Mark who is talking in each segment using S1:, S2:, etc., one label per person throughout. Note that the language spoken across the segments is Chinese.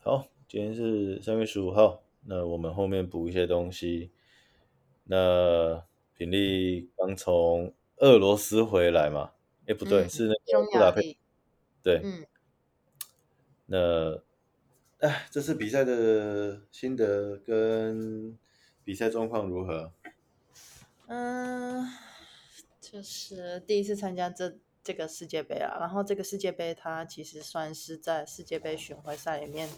S1: 好，今天是三月十五号，那我们后面补一些东西。那品丽刚从俄罗斯回来嘛？哎，不对，
S2: 嗯，
S1: 是那个
S2: 匈
S1: 布
S2: 牙
S1: 达佩斯。
S2: 利，
S1: 对，
S2: 嗯，
S1: 那哎，这次比赛的心得跟比赛状况如何？
S2: 嗯，就是第一次参加这这个世界杯啊，然后这个世界杯它其实算是在世界杯巡回赛里面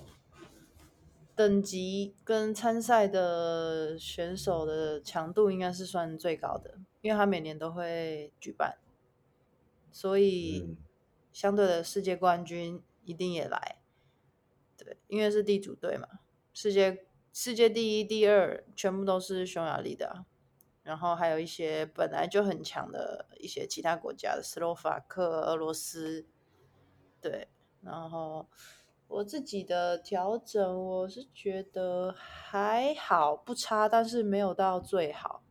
S2: 等级跟参赛的选手的强度应该是算最高的，因为它每年都会举办，所以
S1: 嗯，
S2: 相对的世界冠军一定也来，对，因为是地主队嘛，世界世界第一、第二全部都是匈牙利的啊、然后还有一些本来就很强的一些其他国家的斯洛伐克、俄罗斯，对，然后我自己的调整，我是觉得还好，不差，但是没有到最好，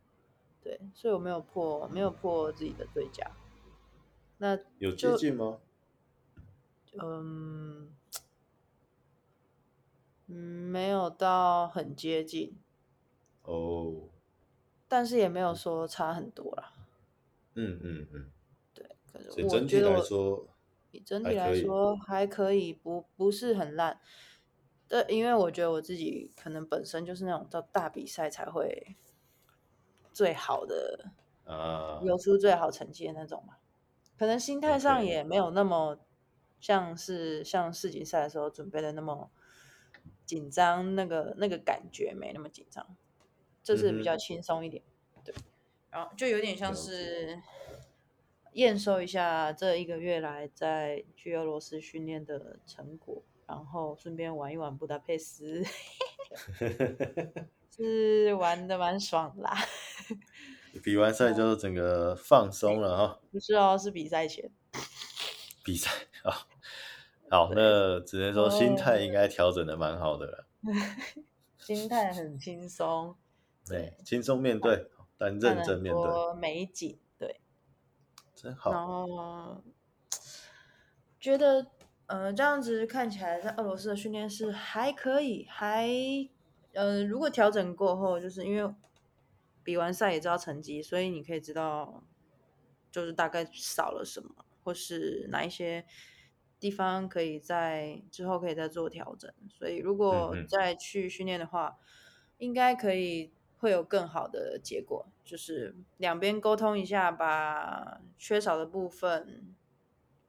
S2: 对，所以我没有破，没有破自己的最佳，那
S1: 有接
S2: 就
S1: 近吗？
S2: 嗯。嗯，没有到很接近，
S1: 哦，
S2: 但是也没有说差很多啦。
S1: 嗯嗯嗯，
S2: 对，可是
S1: 所以
S2: 我
S1: 整
S2: 觉
S1: 体
S2: 得
S1: 来
S2: 我
S1: 说
S2: 以整
S1: 还
S2: 体来
S1: 可以。
S2: 说还可以，不不是很烂。对，因为我觉得我自己可能本身就是那种到大比赛才会最好的，
S1: 啊
S2: 游出最好成绩的那种嘛。可能心态上
S1: ，OK，
S2: 也没有那么像是像世锦赛的时候准备的那么紧张，那个那个感觉没那么紧张，这
S1: 嗯
S2: 次比较
S1: 哼，
S2: 轻松一点。对，然后就有点像
S1: 了解。
S2: 是验收一下这一个月来在去俄罗斯训练的成果，然后顺便玩一玩布达 佩斯，是玩的蛮爽的啦。
S1: 比完赛
S2: 哦
S1: 之后整个放松了哈。
S2: 不是哦，是比赛前。
S1: 比赛啊。好，
S2: 对，
S1: 那只能说心态
S2: 哦，
S1: 应该调整的蛮好的了，
S2: 心态很轻松，
S1: 对，
S2: 对，
S1: 轻松面对，但
S2: 看
S1: 认
S2: 了很
S1: 真面对，
S2: 多嗯美景，对，
S1: 真好。
S2: 然后觉得，呃，这样子看起来，在俄罗斯的训练是还可以，还，呃，如果调整过后，就是因为比完赛也知道成绩，所以你可以知道，就是大概少了什么，或是哪一些地方可以在之后可以再做调整。所以如
S1: 嗯
S2: 果
S1: 嗯，
S2: 再去训练的话，应该可以会有更好的结果，就是两边沟通一下，把缺少的部分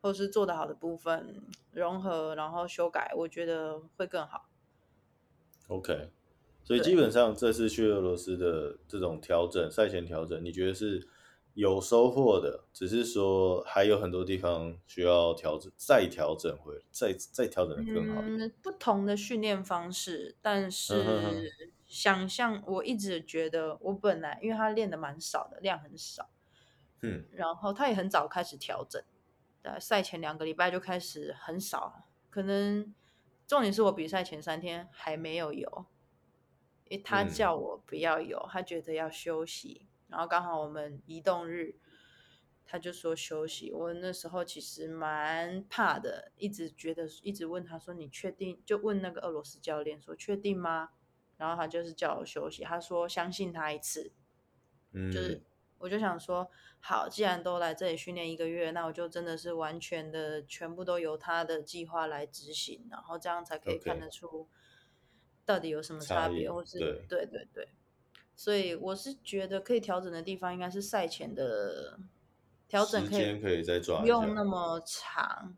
S2: 或是做得好的部分融合，然后修改，我觉得会更好。
S1: OK，所以基
S2: 对，
S1: 本上这次去俄罗斯的这种调整，赛前调整，你觉得是有收获的，只是说还有很多地方需要调整，再调整回，再再调整的更好一点。
S2: 嗯，不同的训练方式，但
S1: 嗯哼哼，
S2: 是想象我一直觉得我本来因为他练的蛮少的，量很少，
S1: 嗯，
S2: 然后他也很早开始调整，在赛前两个礼拜就开始很少，可能重点是我比赛前三天还没有游，因为他
S1: 嗯，
S2: 叫我不要游，他觉得要休息，然后刚好我们移动日，他就说休息。我那时候其实蛮怕的，一直觉得一直问他说你确定？就问那个俄罗斯教练说确定吗？然后他就是叫我休息，他说相信他一次，就
S1: 嗯，
S2: 是我就想说，好，既然都来这里训练一个月，那我就真的是完全的全部都由他的计划来执行，然后这样才可以看
S1: ，OK，
S2: 得出到底有什么
S1: 差
S2: 差别，
S1: 异，
S2: 或是
S1: 对，
S2: 对对对，所以我是觉得可以调整的地方应该是赛前的调整
S1: 时
S2: 可以
S1: 间可以再
S2: 不
S1: 抓一
S2: 用
S1: 下。
S2: 那么长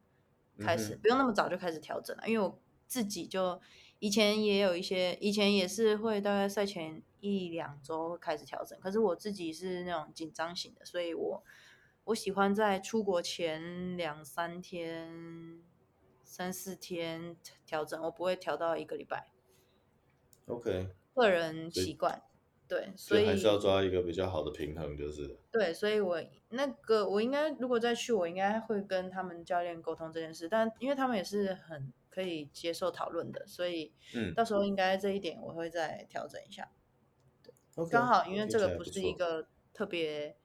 S1: 嗯
S2: 开始，
S1: 哼，
S2: 不用那么早就开始调整了，因为我自己就以前也有一些，以前也是会大概赛前一两周会开始调整，可是我自己是那种紧张型的，所以我我喜欢在出国前两三天、三四天调整，我不会调到一个礼拜。
S1: ，OK，
S2: 个人
S1: 所
S2: 习
S1: 以。
S2: 惯，对，所
S1: 所以还是要
S2: 以
S1: 抓一个比较好的平衡，就是了
S2: 对，所以我那个我应该如果再去，我应该会跟他们教练沟通这件事，但因为他们也是很可以接受讨论的，所以
S1: 嗯
S2: 到时候应该这一点我会再调整一下。刚
S1: ，OK，
S2: 好因为
S1: 听
S2: 这
S1: 起
S2: 个
S1: 来不
S2: 不是一
S1: 错。
S2: 个特别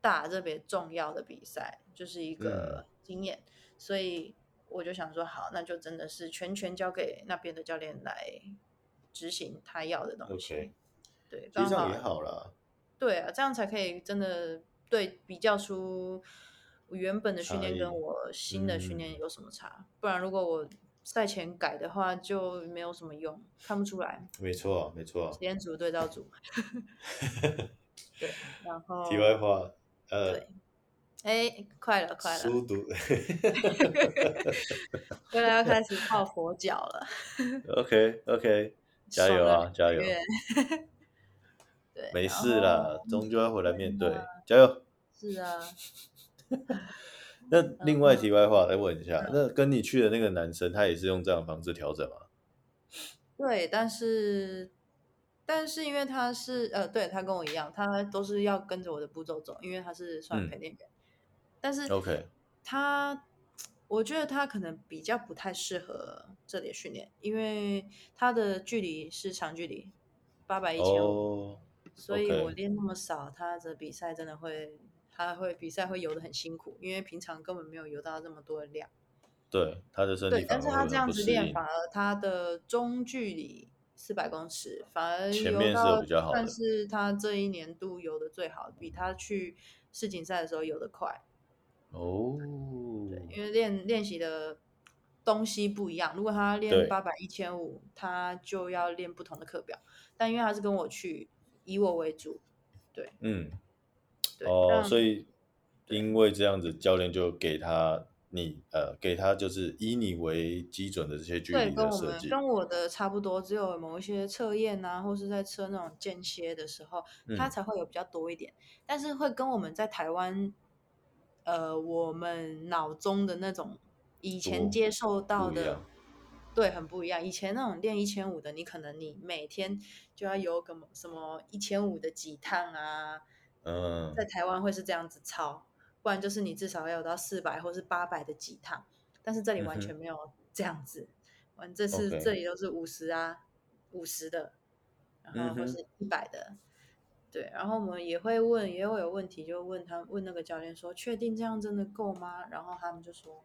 S2: 大、特别重要的比赛，就是一
S1: 嗯
S2: 个经验，所以。我就想说，好，那就真的是全权交给那边的教练来执行他要的东西。
S1: OK
S2: 对，
S1: 其
S2: 刚
S1: 实这样也
S2: 好，
S1: 好啦，
S2: 对啊，这样才可以真的对比较出我原本的训
S1: 差
S2: 练
S1: 异
S2: 跟我新的训练
S1: 嗯
S2: 有什么差。不然如果我赛前改的话，就没有什么用，看不出来。
S1: 没错啊，没错啊
S2: 实。验组对照组， 对，然后
S1: 题外话，
S2: 哦对
S1: 呃，
S2: 哎，快了快了，
S1: 书读
S2: 未来要开始泡佛脚 了。
S1: ，OK OK，加油啊，加油，
S2: 月对，
S1: 没
S2: 然
S1: 事啦
S2: 后，
S1: 终究要回来面对
S2: 对啊，
S1: 加油。
S2: 是啊，
S1: 那另外题外话来问一下，
S2: 嗯
S1: 那跟你去的那个男生，他也是用这样的方式调整吗？
S2: 对，但是但是因为他是呃，对他跟我一样，他都是要跟着我的步骤走，因为他是算
S1: 嗯
S2: 陪练员，但是
S1: OK
S2: 他。我觉得他可能比较不太适合这里的训练，因为他的距离是长距离，八百一千五，
S1: 哦，
S2: 所以我
S1: OK
S2: 练那么少，他的比赛真的会，他会比赛会游得很辛苦，因为平常根本没有游到这么多的量。
S1: 对，他的身体
S2: 对，
S1: 反
S2: 但
S1: 而
S2: 是
S1: 会
S2: 他这
S1: 很
S2: 样
S1: 不
S2: 子
S1: 适
S2: 练，
S1: 应
S2: 反，而他的中距离四百公尺反而
S1: 前
S2: 游
S1: 面是有
S2: 到
S1: 比较好
S2: 算
S1: 的
S2: 是他这一年度游的最好，比他去世锦赛的时候游得快。
S1: 哦，
S2: 对，因为练练习的东西不一样。如果他
S1: 对
S2: 练八百、一千五，他就要练不同的课表。但因为他是跟我去，以我为主，对
S1: 嗯，
S2: 对。
S1: 哦，
S2: 那
S1: 所以因为这样子，教练就给他你呃，给他就是以你为基准的这些距
S2: 对，
S1: 离
S2: 跟
S1: 的
S2: 我
S1: 设
S2: 们
S1: 计，
S2: 跟我的差不多，只有某一些测验啊，或是在测那种间歇的时候，它
S1: 嗯
S2: 才会有比较多一点。但是会跟我们在台湾，呃，我们脑中的那种以前
S1: 多
S2: 接受到
S1: 不一
S2: 的
S1: 样，
S2: 对，很不一样。以前那种练一千五的，你可能你每天就要有个什么一千五的几趟啊，
S1: 嗯
S2: 在台湾会是这样子操，不然就是你至少要有到四百或是八百的几趟，但是这里
S1: 嗯
S2: 完全
S1: 哼
S2: 没有这样子，完这次
S1: OK
S2: 这里都是五十啊，五十的，然
S1: 嗯
S2: 后或
S1: 哼
S2: 是一百的，对，然后我们也会问，也会有问题，就问他问那个教练说，确定这样真的够吗？然后他们就说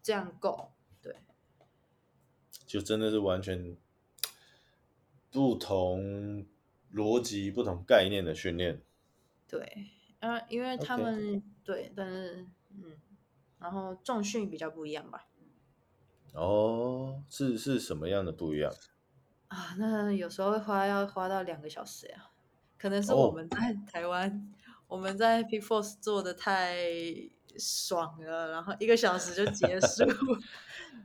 S2: 这样够，对，
S1: 就真的是完全不同逻辑、不同概念的训练。
S2: 对，呃，因为他
S1: OK，
S2: 们对，但是嗯，然后重训比较不一样吧。
S1: 哦，是是什么样的不一样？
S2: 啊，那有时候会花要花到两个小时呀，可能是我
S1: 哦，
S2: 们在台湾，我们在 P Force 做的太爽了，然后一个小时就结束，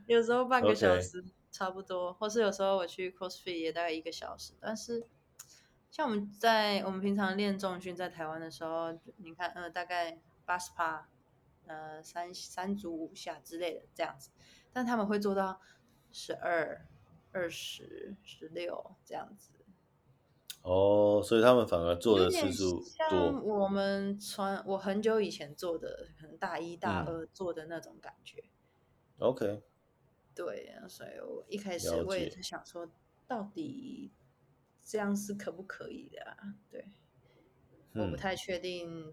S2: 有时候半个小
S1: OK，
S2: 时差不多，或是有时候我去 CrossFit 也大概一个小时，但是像我们在我们平常练重训在台湾的时候，你看，呃，大概八十趴，呃，三三组五下之类的这样子，但他们会做到十二。二十、十六这样子，
S1: 哦，所以他们反而做
S2: 有
S1: 的次
S2: 点
S1: 数
S2: 像
S1: 多，
S2: 我们传我很久以前做的，可能大一大
S1: 嗯
S2: 二做的那种感觉。
S1: ，OK，
S2: 对，所以我一开始
S1: 了
S2: 我也
S1: 解。
S2: 在想说，到底这样是可不可以的啊？对，我
S1: 嗯，
S2: 不太确定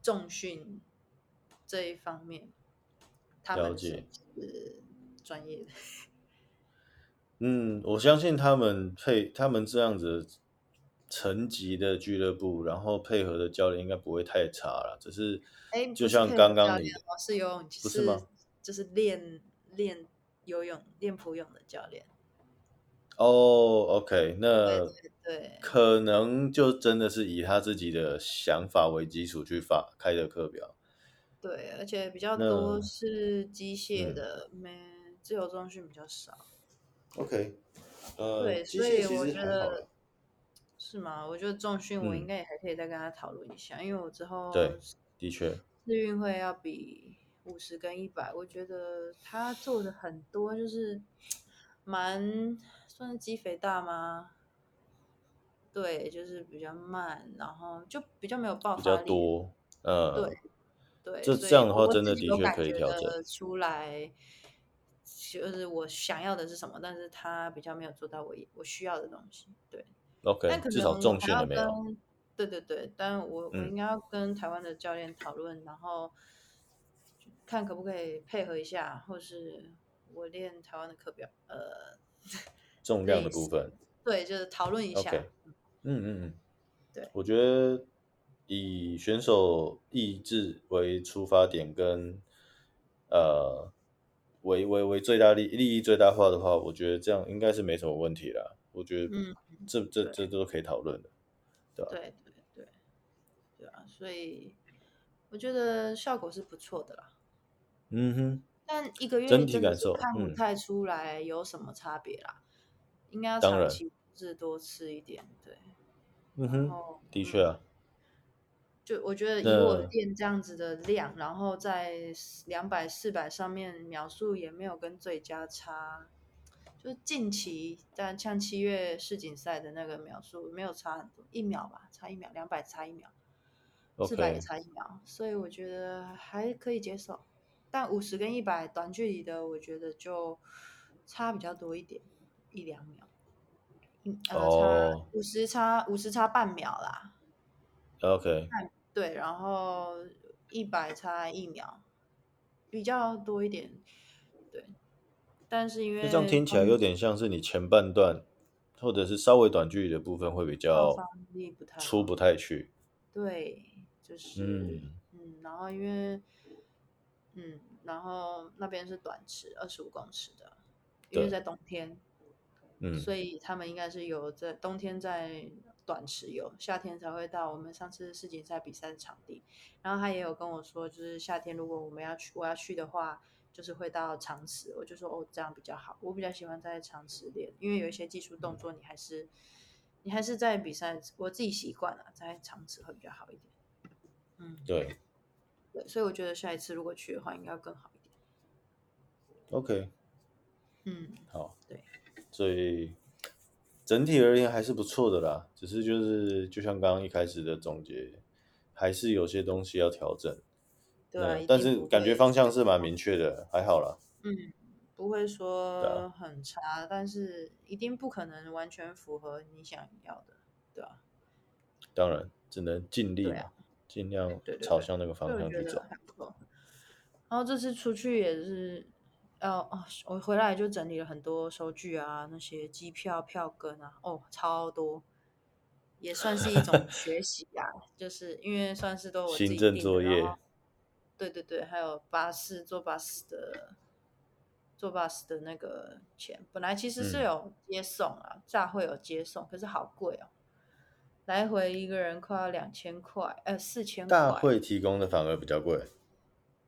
S2: 重训这一方面，他
S1: 了
S2: 们是
S1: 解。
S2: 不是专业的？
S1: 嗯，我相信他们配他们这样子层级的俱乐部，然后配合的教练应该不会太差了。只是
S2: 哎，
S1: 就
S2: 不是
S1: 像
S2: 配合
S1: 刚
S2: 教
S1: 刚
S2: 练
S1: 你，
S2: 哦，是游泳，
S1: 不是
S2: 是
S1: 吗？
S2: 就是练练游泳、练扑泳的教练。
S1: 哦，OK，
S2: 对
S1: 那
S2: 对对
S1: 可能就真的是以他自己的想法为基础去发开的课表。
S2: 对，而且比较多
S1: 那
S2: 是机械
S1: 嗯
S2: 的，没自由重训比较少。
S1: ，OK，呃，
S2: 对，
S1: 机
S2: 所
S1: 械
S2: 以
S1: 其
S2: 我
S1: 实
S2: 觉
S1: 还好
S2: 得
S1: 了。
S2: 是吗？我觉得重训我应
S1: 嗯，
S2: 该也还可以再跟他讨论一下，因为我之后
S1: 对，的确，
S2: 世运会要比五十跟一百，我觉得他做的很多就是蛮算是肌肥大吗？对，就是比较慢，然后就比较没有爆
S1: 比较
S2: 发力。
S1: 多。呃，
S2: 对对，
S1: 这这
S2: 所以
S1: 样的
S2: 我
S1: 话，
S2: 我
S1: 真
S2: 自
S1: 的
S2: 己
S1: 的
S2: 有
S1: 确
S2: 感
S1: 可以
S2: 觉
S1: 调整。
S2: 得出来，就是我想要的是什么，但是他比较没有做到我我需要的东西。对，但
S1: OK，
S2: 可
S1: 至少
S2: 能我
S1: 重
S2: 还
S1: 训
S2: 要
S1: 了没有？
S2: 跟，对对对，但我我
S1: 嗯。
S2: 应该要跟台湾的教练讨论，然后看可不可以配合一下，或是我练台湾的课表，呃，
S1: 重量的部分。
S2: 对，就是讨论一下。
S1: OK 嗯嗯嗯，
S2: 对
S1: 我觉得以选手意志为出发点跟呃为为为最大利利益最大化的话，我觉得这样应该是没什么问题啦。我觉得
S2: 嗯
S1: 这、这这都可以讨论的。
S2: 对对对，对啊，所以我觉得效果是不错的啦。
S1: 嗯哼，
S2: 但一个月
S1: 整
S2: 你
S1: 体
S2: 真的
S1: 感
S2: 是
S1: 受
S2: 看不
S1: 嗯
S2: 太出来有什么差别啦，应该要
S1: 当
S2: 长
S1: 然
S2: 期是多吃一点，对。
S1: 嗯
S2: 然
S1: 哼，
S2: 后
S1: 的确啊，
S2: 就我觉得以我
S1: 那
S2: 练这样子的量，然后在两百、四百上面秒数也没有跟最佳差，就是近期，但像七月世锦赛的那个秒数没有差很多，一秒吧，差一秒，两百差一秒，四百也
S1: OK，
S2: 差一秒，所以我觉得还可以接受。但五十跟一百短距离的，我觉得就差比较多一点，一两秒，嗯呃，差
S1: 哦
S2: 五十差五十差半秒啦，
S1: ，OK，
S2: 对，然后一百差一秒，比较多一点，对。但是因
S1: 那这样
S2: 为
S1: 听起
S2: 他
S1: 来
S2: 们
S1: 有点像是你前半段或者是稍微短距离的部分会比
S2: 爆
S1: 较
S2: 发力不太
S1: 出
S2: 好，
S1: 不太去。
S2: 对，就是
S1: 嗯
S2: 嗯，然后因为嗯，然后那边是短池，二十五公尺的，因为
S1: 对
S2: 在冬天，
S1: 嗯，
S2: 所以他们应该是有在冬天在短池游，夏天才会到我们上次世锦赛比赛的场地。然后他也有跟我说，就是夏天如果我们要去，我要去的话，就是会到长池。我就说哦，这样比较好，我比较喜欢在长池练，因为有一些技术
S1: 嗯
S2: 动作你还是你还是在比赛，我自己习惯了，在长池会比较好一点。嗯，
S1: 对。
S2: 对，所以我觉得下一次如果去的话，应该要更好一点。
S1: OK，
S2: 嗯，
S1: 好，
S2: 对，
S1: 所以整体而言还是不错的啦，只是就是就像刚刚一开始的总结，还是有些东西要调整。
S2: 对啊，
S1: 那
S2: 一
S1: 但
S2: 定
S1: 是
S2: 不
S1: 感觉
S2: 会哦
S1: 方向是蛮明确的，还好啦。
S2: 嗯，不会
S1: 对啊，
S2: 说很差，但是一定不可能完全符合你想要的，对啊吧、
S1: 当然只能尽力
S2: 对啊，
S1: 嘛，尽量
S2: 对对
S1: 朝
S2: 对，
S1: 向那个
S2: 所以
S1: 方
S2: 我
S1: 向
S2: 觉
S1: 去
S2: 得
S1: 走。
S2: 还不错。然后这次出去也是，呃哦，我回来就整理了很多收据啊，那些机票票根啊，哦，超多，也算是一 种学习啊，就是因为算是都我自
S1: 行
S2: 己
S1: 政
S2: 定的，
S1: 作
S2: 然
S1: 业
S2: 后对对对，还有巴士坐巴士的坐巴士的那个钱，本来其实是
S1: 嗯，
S2: 有接送啊，炸会有接送，可是好贵哦，来回一个人快要两千块，呃，四千
S1: 大
S2: 块。
S1: 会提供的反而比较贵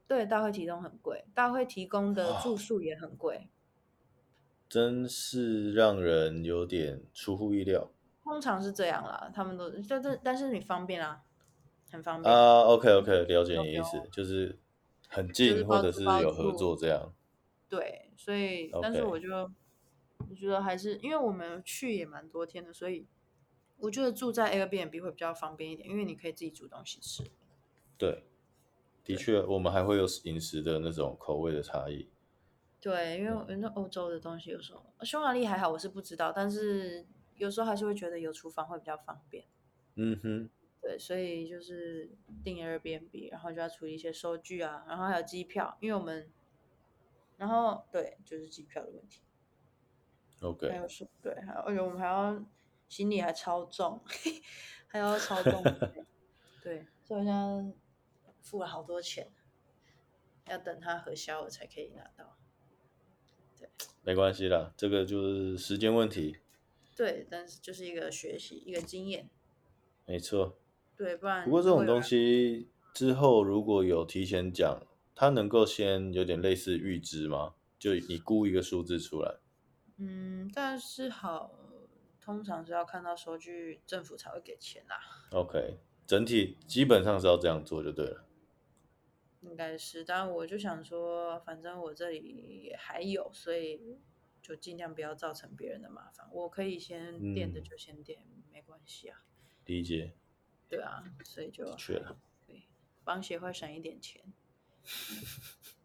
S2: 对，大会提供很贵，大会提供的住
S1: 啊，
S2: 宿也很贵，
S1: 真是让人有点出乎意料
S2: 通常是这样啦。他们都，但是但是你方便啊，很方便，
S1: 啊。OK OK，了解
S2: 都
S1: 你
S2: 不
S1: 的意思，
S2: 用
S1: 就是很
S2: 就是
S1: 近或
S2: 包
S1: 者
S2: 吃
S1: 是
S2: 包
S1: 有合
S2: 住。
S1: 作这样。
S2: 对，所以但是
S1: OK。
S2: 我就我觉得还是因为我们去也蛮多天的，所以我觉得住在 Airbnb 会比较方便一点，因为你可以自己煮东西吃。
S1: 对，的
S2: 对
S1: 确，我们还会有饮食的那种口味的差异。
S2: 对，因为
S1: 嗯，
S2: 我那欧洲的东西有时候匈牙利还好，我是不知道，但是有时候还是会觉得有厨房会比较方便。
S1: 嗯哼，
S2: 对，所以就是订 Airbnb，然后就要处理一些收据啊，然后还有机票，因为我们，然后对，就是机票的问题，还
S1: OK，
S2: 有是，对，还有，而且我们还要行李还超重，还要超重， 对，所以我现在付了好多钱，要等它核销我才可以拿到，对，
S1: 没关系啦，这个就是时间问题，
S2: 对，但是就是一个学习，一个经验，
S1: 没错。
S2: 对，不
S1: 不
S2: 然
S1: 过这
S2: 如果
S1: 种
S2: 有
S1: 东
S2: 人，
S1: 西之后如果有提前讲，它能够先有点类似预知吗？就你估一个数字出来。
S2: 嗯，但是好，通常是要看到收据，政府才会给钱啊啦。
S1: OK，整体基本上是要这样做就对了。
S2: 应该是，但我就想说，反正我这里也还有，所以就尽量不要造成别人的麻烦。我可以先垫的
S1: 嗯，
S2: 就先垫，没关系啊。
S1: 理解，
S2: 对啊，所以就
S1: 的确
S2: 还
S1: 啦，
S2: 可以帮协会省一点钱，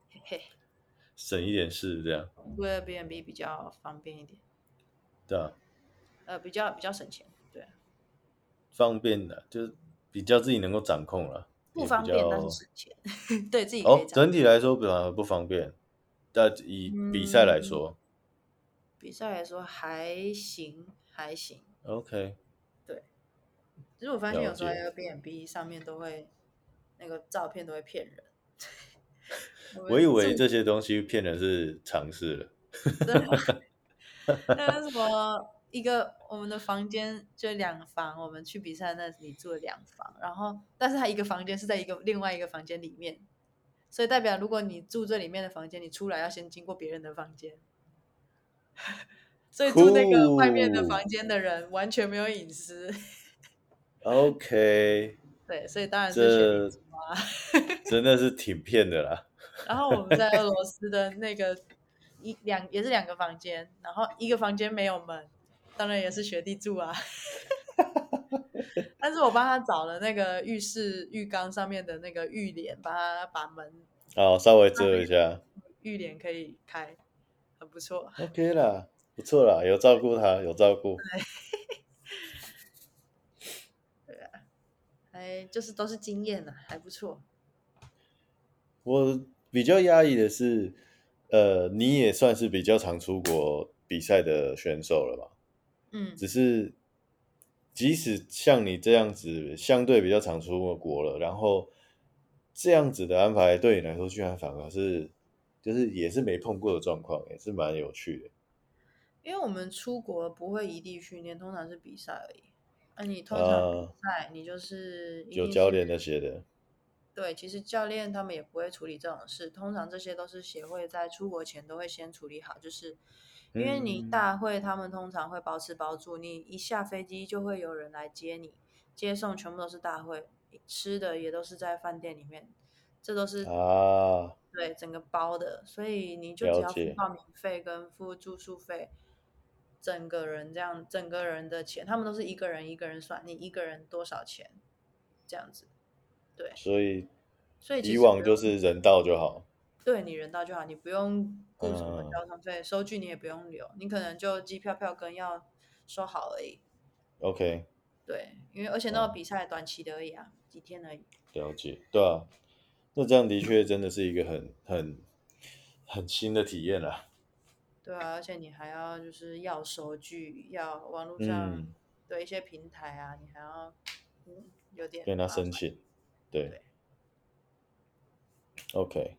S2: 嘿嘿，
S1: 省一点事这样，
S2: 为了 B&B 比较方便一点，
S1: 对啊，
S2: 呃，比较比较省钱，对啊，
S1: 方便的，就是比较自己能够掌控了。也
S2: 不
S1: 比
S2: 方便，但
S1: 较
S2: 是省钱，对自己可
S1: 哦
S2: 以，讲。
S1: 整体来说反而不方便。但以比赛
S2: 嗯
S1: 来说、
S2: 比赛来说还行，还行。
S1: o k
S2: 只是我发现
S1: 了
S2: 有时候
S1: 解
S2: Airbnb 上面都会那个照片都会骗人。 我
S1: 我以
S2: 们
S1: 为
S2: 住
S1: 这些东西骗人是尝试了。
S2: 真的 那个什么，一个我们的房间就两房，我们去比赛那里住了两房，然后但是它一个房间是在一个另外一个房间里面，所以代表如果你住这里面的房间，你出来要先经过别人的房间。所以住那个外面的房
S1: 酷
S2: 间的人完全没有隐私，
S1: OK，
S2: 对，所以当然是选民啊
S1: 这真的是挺骗的啦。
S2: 然后我们在俄罗斯的那个一两也是两个房间，然后一个房间没有门，当然也是学弟住啊。 但是我帮他找了那个浴室浴缸上面的那个浴帘，帮他把门
S1: 好，稍微遮一下
S2: 浴帘可以开，很不错。
S1: ，OK 啦，不错啦，有照顾他，有照顾。
S2: 哎，就是都是经验呐、啊还不错。
S1: 我比较压抑的是，呃，你也算是比较常出国比赛的选手了吧？
S2: 嗯
S1: 只是即使像你这样子，相对比较常出国了，然后这样子的安排对你来说，居然反而是就是也是没碰过的状况，也是蛮有趣的。
S2: 因为我们出国不会异地训练，通常是比赛而已。那、你通常比
S1: 啊，
S2: 赛，你就是一
S1: 有
S2: 定
S1: 教
S2: 是
S1: 练那些的，
S2: 对，其实教练他们也不会处理这种事，通常这些都是协会在出国前都会先处理好，就是因为你
S1: 嗯，
S2: 大会他们通常会包吃包住，你一下飞机就会有人来接你，接送全部都是大会，吃的也都是在饭店里面，这都是
S1: 啊，
S2: 对整个包的，所以你就只
S1: 了
S2: 要付
S1: 解，
S2: 报名费跟付住宿费，整个人这样整个人的钱，他们都是一个人一个人算，你一个人多少钱这样子，对，
S1: 所以
S2: 所以其
S1: 以
S2: 实不
S1: 往
S2: 用。
S1: 就是人到就好，
S2: 对你人到就好，你不用顾什么
S1: 嗯，
S2: 交通费，收据你也不用留，你可能就机票票根要收好而已。
S1: ，OK，
S2: 对，因为而且那个
S1: 哦，
S2: 比赛短期的而已啊，几天而已。
S1: 了解，对啊，那这样的确真的是一个很很很新的体验啊啦，
S2: 对啊，而且你还要就是要收据，要网络上
S1: 嗯，
S2: 的一些平台啊，你还要嗯有点
S1: 跟他
S2: 麻
S1: 申
S2: 烦。
S1: 请，对
S2: 对，
S1: ，OK。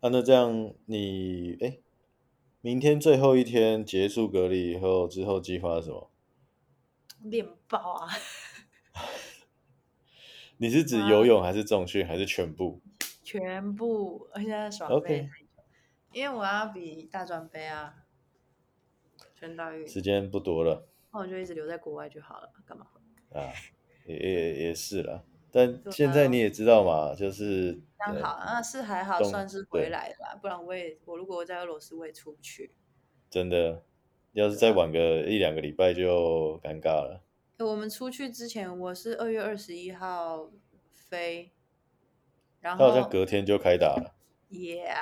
S1: 啊，那这样你哎，诶明天最后一天结束隔离以后，之后计划是什么？
S2: 练爆啊！
S1: 你是指游
S2: 啊，
S1: 泳还是重训还是全部
S2: 全部，而且在爽妹
S1: ？OK，
S2: 还有，因为我要比大专杯啊，全道运，
S1: 时间不多了
S2: 那我就一直留在国外就好了，干嘛回来？
S1: 啊，也也也是啦。但
S2: 对
S1: 现在
S2: 啊。
S1: 你也知道嘛，就是
S2: 刚
S1: 呃，
S2: 好啊，是还好，
S1: 动
S2: 算是回
S1: 对，
S2: 来了啦，不然我也我如果我在俄罗斯我也出不去，
S1: 真的，要是
S2: 对
S1: 再
S2: 啊。
S1: 晚个一两个礼拜就尴尬了。
S2: 诶我们出去之前，我是二月二十一号飞，然
S1: 他好像
S2: 后
S1: 隔天就开打了，
S2: yeah，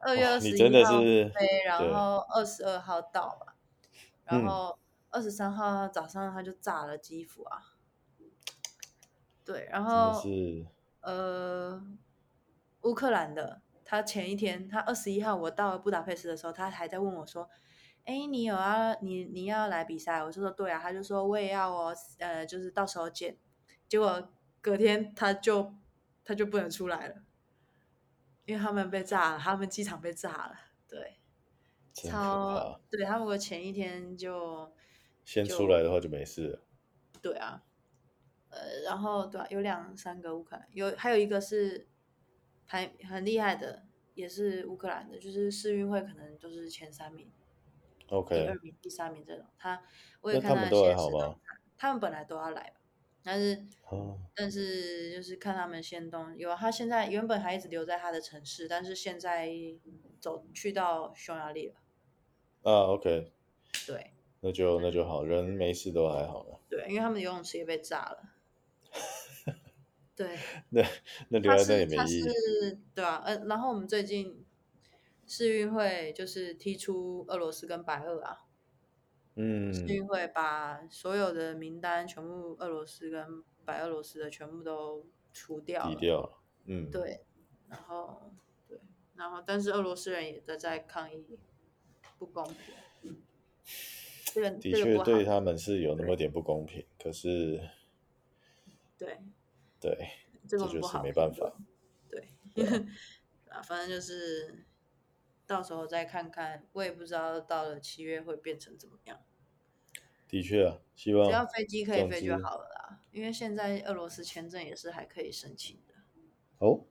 S2: 二月
S1: 哇，
S2: 二
S1: 你
S2: 十
S1: 真
S2: 一
S1: 的
S2: 号
S1: 是
S2: 飞，然
S1: 对，
S2: 后二十二号到嘛，然
S1: 嗯，
S2: 后二十三号早上他就炸了基辅啊，对，然
S1: 真的
S2: 后
S1: 是
S2: 呃，乌克兰的，他前一天，他二十一号我到布达佩斯的时候，他还在问我说：“哎，你有要你你要来比赛？”我就说：“对啊。”他就说：“我也要哦，呃，就是到时候见。”结果隔天他就他就不能出来了，因为他们被炸了，他们机场被炸了，对，
S1: 真可
S2: 超
S1: 怕。啊
S2: 对，他们我前一天就
S1: 先出来
S2: 就
S1: 的话就没事了。
S2: 对啊。呃，然后对啊，有两三个乌克兰，有还有一个是还很厉害的，也是乌克兰的，就是世运会可能都是前三名、第
S1: OK，
S2: 二名、第三名这种。他我也
S1: 那
S2: 看
S1: 他
S2: 他
S1: 们
S2: 的
S1: 都还
S2: 现
S1: 好
S2: 实动
S1: 吗？
S2: 态，他们本来都要来吧，但是
S1: 哦，
S2: 但是就是看他们现动，有啊他现在原本还一直留在他的城市，但是现在走去到匈牙利了，
S1: 啊，OK，
S2: 对
S1: 那就那就好，人没事都还好了。
S2: 对，因为他们的游泳池也被炸 了，对。
S1: 那那留
S2: 他
S1: 在
S2: 是
S1: 那也没
S2: 他
S1: 意
S2: 是
S1: 义。
S2: 对啊，呃，然后我们最近世运会就是踢出俄罗斯跟白俄啊，世
S1: 嗯，
S2: 运会把所有的名单全部俄罗斯跟白俄罗斯的全部都除掉
S1: 低
S2: 了。
S1: 调了，嗯，，
S2: 对，然后对，然后但是俄罗斯人也在在抗议不公平，这个
S1: 的
S2: 这个
S1: 确
S2: 不
S1: 对
S2: 好，
S1: 他们是有那么点不公平，可是
S2: 对，
S1: 对，
S2: 这个我
S1: 这
S2: 们
S1: 就
S2: 不
S1: 是
S2: 好
S1: 没
S2: 评
S1: 办法
S2: 论，对，啊，反正就是到时候再看看，我也不知道到了七月会变成怎么样，
S1: 的确啊，希
S2: 只要
S1: 望
S2: 飞机可以
S1: 总
S2: 飞
S1: 之
S2: 就好了啦，因为现在俄罗斯签证也是还可以申请的，
S1: 哦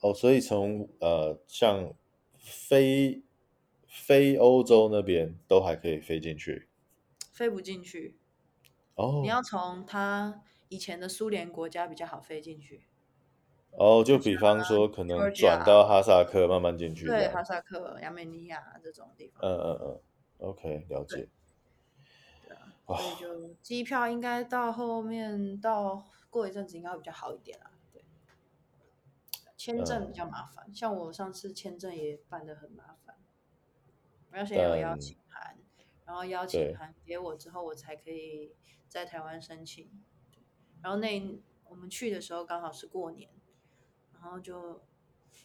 S1: 哦，所以从呃像非非欧洲那边都还可以飞进去
S2: 飞不进去，
S1: 哦
S2: 你，要从他以前的苏联国家比较好飞进去，
S1: 哦，就比方说可能
S2: Georgia
S1: 转到哈萨克慢慢进去这
S2: 对，
S1: 样，
S2: 哈萨克、亚美尼亚这种地方。
S1: 嗯嗯嗯，OK，了解，哇
S2: 所以就机票应该到后面到过一阵子应该会比较好一点啦。对，签
S1: 呃
S2: 证比较麻烦，像我上次签证也办得很麻烦，而且有邀
S1: 但
S2: 请函，然后邀
S1: 对
S2: 请函给我之后，我才可以在台湾申请。然后那一我们去的时候刚好是过年，然后就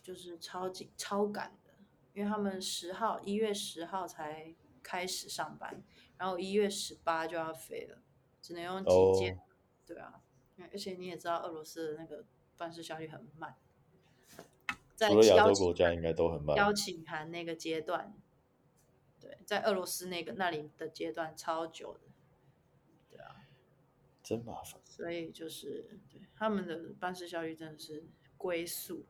S2: 就是超级超赶的，因为他们十号一月十号才开始上班，然后一月十八就要飞了，只能用
S1: 哦
S2: 几件。对啊，因为而且你也知道俄罗斯的那个办事效率很慢，在
S1: 除了亚
S2: 邀
S1: 洲
S2: 请
S1: 国家应该都很慢，
S2: 邀请函那个阶段，对，在俄罗斯那个那里的阶段超久的，
S1: 真麻烦，
S2: 所以就是对他们的办事效率真的是龟速。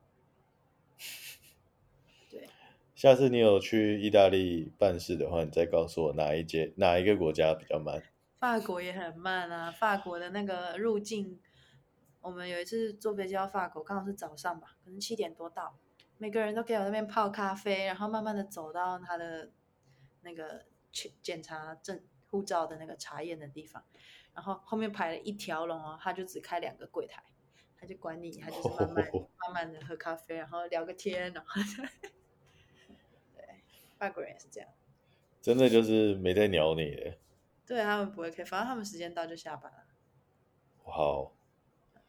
S2: 对，
S1: 下次你有去意大利办事的话，你再告诉我哪一节哪一个国家比较慢。
S2: 法国也很慢啊，法国的那个入境，我们有一次坐飞机到法国，刚好是早上吧，可能七点多到，每个人都给我那边泡咖啡，然后慢慢的走到他的那个去检查证护照的那个查验的地方，然后后面排了一条龙哦，他就只开两个柜台，他就管你，他就是慢慢慢慢的喝咖啡，然后聊个天，然后 对，法国人也是这样。
S1: 真的就是没在鸟你的。
S2: 对他们不会 K，反正他们时间到就下班了。
S1: 好，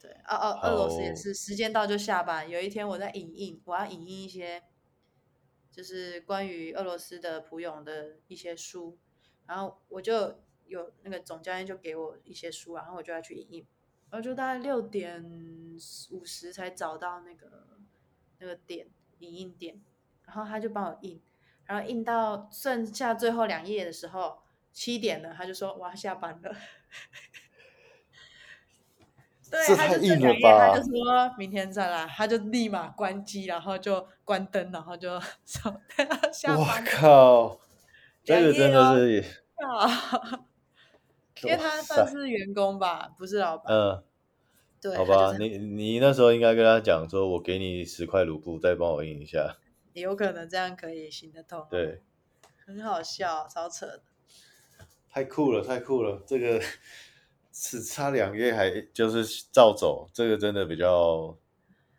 S2: 对，哦哦，俄罗斯也
S1: 好
S2: 是，时间到就下班。有一天我在影印，我要影印一些，就是关于俄罗斯的普勇的一些书，然后我就有那个总教练就给我一些书，然后我就要去影印，然后就大概六点五十才找到那个那个店影印店，然后他就帮我印，然后印到剩下最后两页的时候，七点了，他就说我要下班了。对，
S1: 这
S2: 他
S1: 太
S2: 就
S1: 硬
S2: 这两
S1: 了
S2: 页，他
S1: 吧
S2: 就说明天再来，他就立马关机，然后就关灯，然后就 说他要下
S1: 我
S2: 班了。
S1: 靠，这
S2: 两
S1: 个
S2: 页
S1: 真的
S2: 哦
S1: 是也，
S2: 因为
S1: 哇
S2: 他
S1: 塞
S2: 算是员工吧，不是老板。
S1: 嗯，
S2: 对，
S1: 好
S2: 他就
S1: 吧，
S2: 是
S1: 你你那时候应该跟他讲说，我给你十块卢布，再帮我印一下。
S2: 有可能这样可以行得通。，
S1: 对，
S2: 很好笑，超扯的。
S1: 太酷了，太酷了，这个只差两页还就是照走，这个真的比较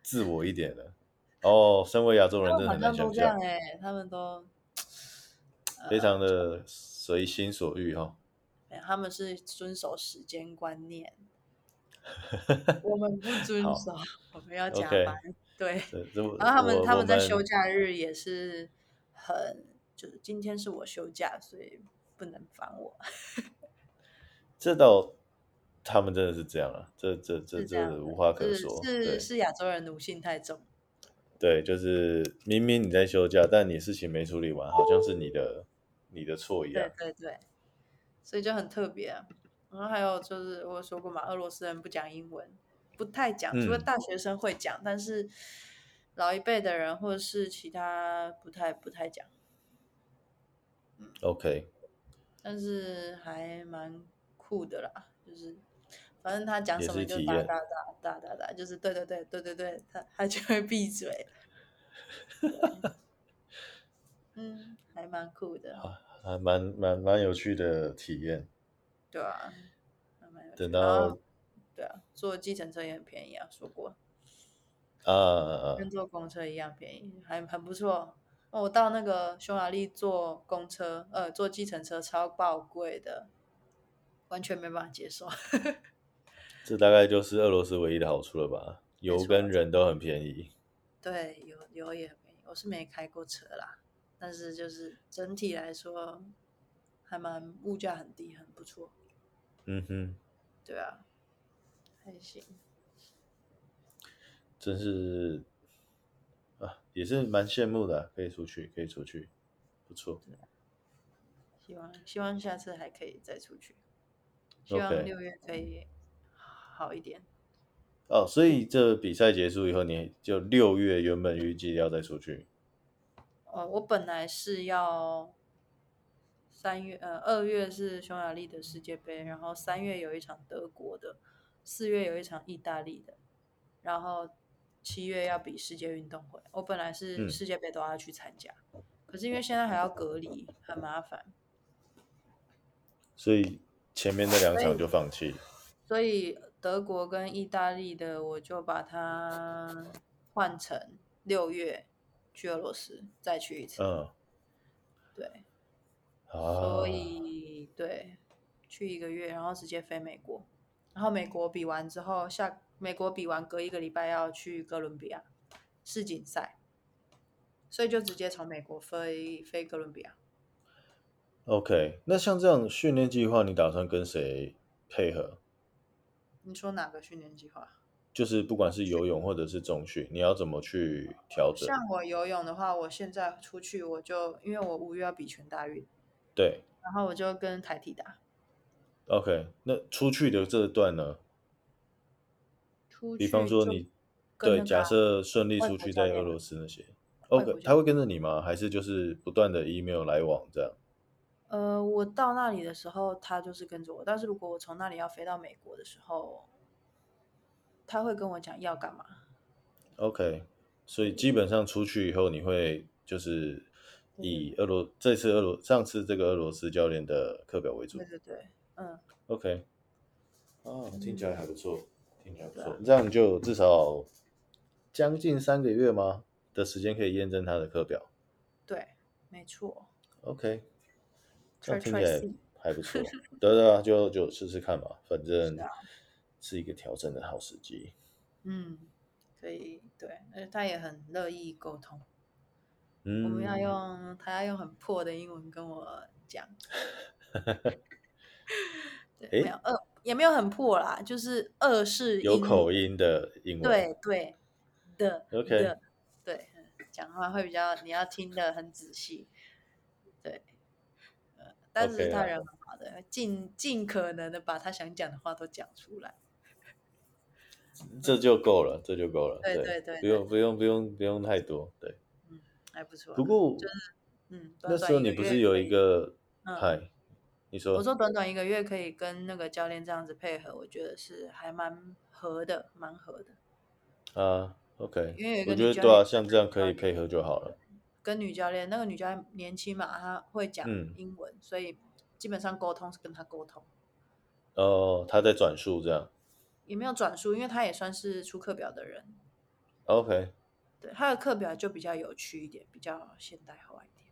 S1: 自我一点了。哦，身为亚洲人
S2: 他
S1: 真
S2: 们
S1: 的
S2: 好
S1: 很难
S2: 像
S1: 想
S2: 都这样
S1: 象，
S2: 哎、他们都
S1: 非常
S2: 呃
S1: 的随心所欲哈、
S2: 没有他们是遵守时间 观念，我们不遵
S1: 好
S2: 守，我们要加
S1: OK
S2: 班。对，
S1: 这这我
S2: 然后他们
S1: 我
S2: 他
S1: 我们
S2: 们在休假日也是很，就是今天是我休假，所以不能烦我。
S1: 这倒他们真的是这样啊，这这这
S2: 是这样
S1: 这
S2: 的，
S1: 无话可
S2: 是
S1: 说。对
S2: 是是亚洲人奴性太重。
S1: 对，就是明明你在休假，但你事情没处理完，好像是你的你的错一
S2: 对
S1: 样。
S2: 对对，所以就很特别啊、然后还有就是我有说过嘛，俄罗斯人不讲英文，不太讲，除了
S1: 嗯
S2: 大学生会讲，但是老一辈的人或者是其他不太不太讲，
S1: OK，
S2: 但是还蛮酷的啦，就是。反正他讲
S1: 也
S2: 什么
S1: 是
S2: 就
S1: 体
S2: 哒
S1: 验
S2: 哒哒哒哒哒，就是对对对对对对，他他就会 闭嘴。嗯，还蛮酷的，
S1: 还蛮蛮蛮有趣的体验。
S2: 对啊，还蛮有趣
S1: 等
S2: 的。然后
S1: 到
S2: 对啊，坐计程车也很便宜啊，说过。
S1: 啊啊啊
S2: 跟坐公车一样便宜，还很不错。哦我到那个匈牙利坐公车，呃，坐计程车超爆贵的，完全没办法接受。
S1: 这大概就是俄罗斯唯一的好处了吧？油跟人都很便宜。
S2: 对，油油也没，我是没开过车啦，但是就是整体来说，还蛮物价很低，很不错。
S1: 嗯哼，
S2: 对啊，还行。
S1: 真是啊，也是蛮羡慕的啊、可以出去，可以出去，不错。
S2: 希望希望下次还可以再出去，希望
S1: OK
S2: 六月可以好一点。
S1: 哦，所以这比赛结束以后，你就六月原本预计要再出去。
S2: 哦，我本来是要三月，呃，二月是匈牙利的世界杯，然后三月有一场德国的，四月有一场意大利的，然后七月要比世界运动会。我本来是
S1: 嗯
S2: 世界杯都要去参加，可是因为现在还要隔离，很麻烦，
S1: 所以前面那两
S2: 所以
S1: 场就放弃。
S2: 所以德国跟意大利的我就把它换成六月去俄罗斯再去一次。
S1: 嗯，
S2: 对，
S1: 啊
S2: 所，以对，去一个月，然后直接飞美国，然后美国比完之后，下美国比完隔一个礼拜要去哥伦比亚世锦赛，所以就直接从美国飞飞哥伦比亚。
S1: OK，那像这样训练计划，你打算跟谁配合？
S2: 你说哪个训练计划？
S1: 就是不管是游泳或者是中训，你要怎么去调整？
S2: 像我游泳的话，我现在出去我就因为我五月要比全大运，
S1: 对
S2: 然后我就跟台体打。
S1: ，OK，那出去的这段呢？
S2: 出去
S1: 比方说
S2: 就
S1: 你
S2: 跟
S1: 对
S2: 那
S1: 假
S2: 个啊
S1: 设顺利
S2: 外
S1: 出
S2: 国
S1: 去，
S2: 教
S1: 在
S2: 练
S1: 俄
S2: 啊
S1: 罗斯那些
S2: 外
S1: ，OK，
S2: 国教
S1: 他会跟着你吗？还是就是不断的 email 来往这样？
S2: 呃，我到那里的时候，他就是跟着我。但是如果我从那里要飞到美国的时候，他会跟我讲要干嘛。
S1: OK，所以基本上出去以后，你会就是
S2: 嗯
S1: 以俄罗这次俄罗上次这个俄罗斯教练的课表为主
S2: 对。对对，嗯，
S1: OK，哦，听起来还不错，听起来不
S2: 对
S1: 错
S2: 啊，
S1: 这样你就有至少将近三个月吗的时间可以验证他的课表。
S2: 对，没错。
S1: OK，这
S2: Try
S1: 样听起
S2: try
S1: 来
S2: see，
S1: 还不错。 对对啊，就就试试看嘛，反正
S2: 是啊
S1: 是一个调整的好时机。
S2: 嗯，可以，对，而且他也很乐意沟通。
S1: 嗯，
S2: 我们要用他要用很破的英文跟我 讲。对，
S1: 诶
S2: 没有恶，也没有很破啦，就是恶式
S1: 有
S2: 英
S1: 口
S2: 语
S1: 音的英文。
S2: 对对的
S1: OK
S2: 的对，讲话会比较你要听得很仔细，对，呃，但是
S1: OK
S2: 他
S1: 啦
S2: 人很好的，尽尽可能的把他想讲的话都讲出来，
S1: 这就够了，这就够了。
S2: 对
S1: 对
S2: 对对
S1: 不用不用不用不用太多。对，
S2: 还不错。
S1: 不过
S2: 嗯，短
S1: 那
S2: 短
S1: 时候
S2: 一个
S1: 你不
S2: 月
S1: 是有
S2: 可
S1: 一
S2: 以，
S1: 个
S2: 嗯
S1: 嗨，你说
S2: 我说短短一个月可以跟那个教练这样子配合，我觉得是还蛮合的，蛮合的。
S1: 啊？OK，
S2: 因为有一个
S1: 我觉
S2: 女
S1: 得
S2: 教
S1: 对啊，
S2: 练
S1: 像这样
S2: 嗯
S1: 可以配合就好了。
S2: 跟女教练，那个女教练年轻嘛，她会讲
S1: 嗯
S2: 英文，所以基本上沟通是跟她沟通。
S1: 哦，他在转述这样。
S2: 也没有转述，因为他也算是出课表的人，
S1: OK
S2: 对他的课表就比较有趣一点，比较现代化一点，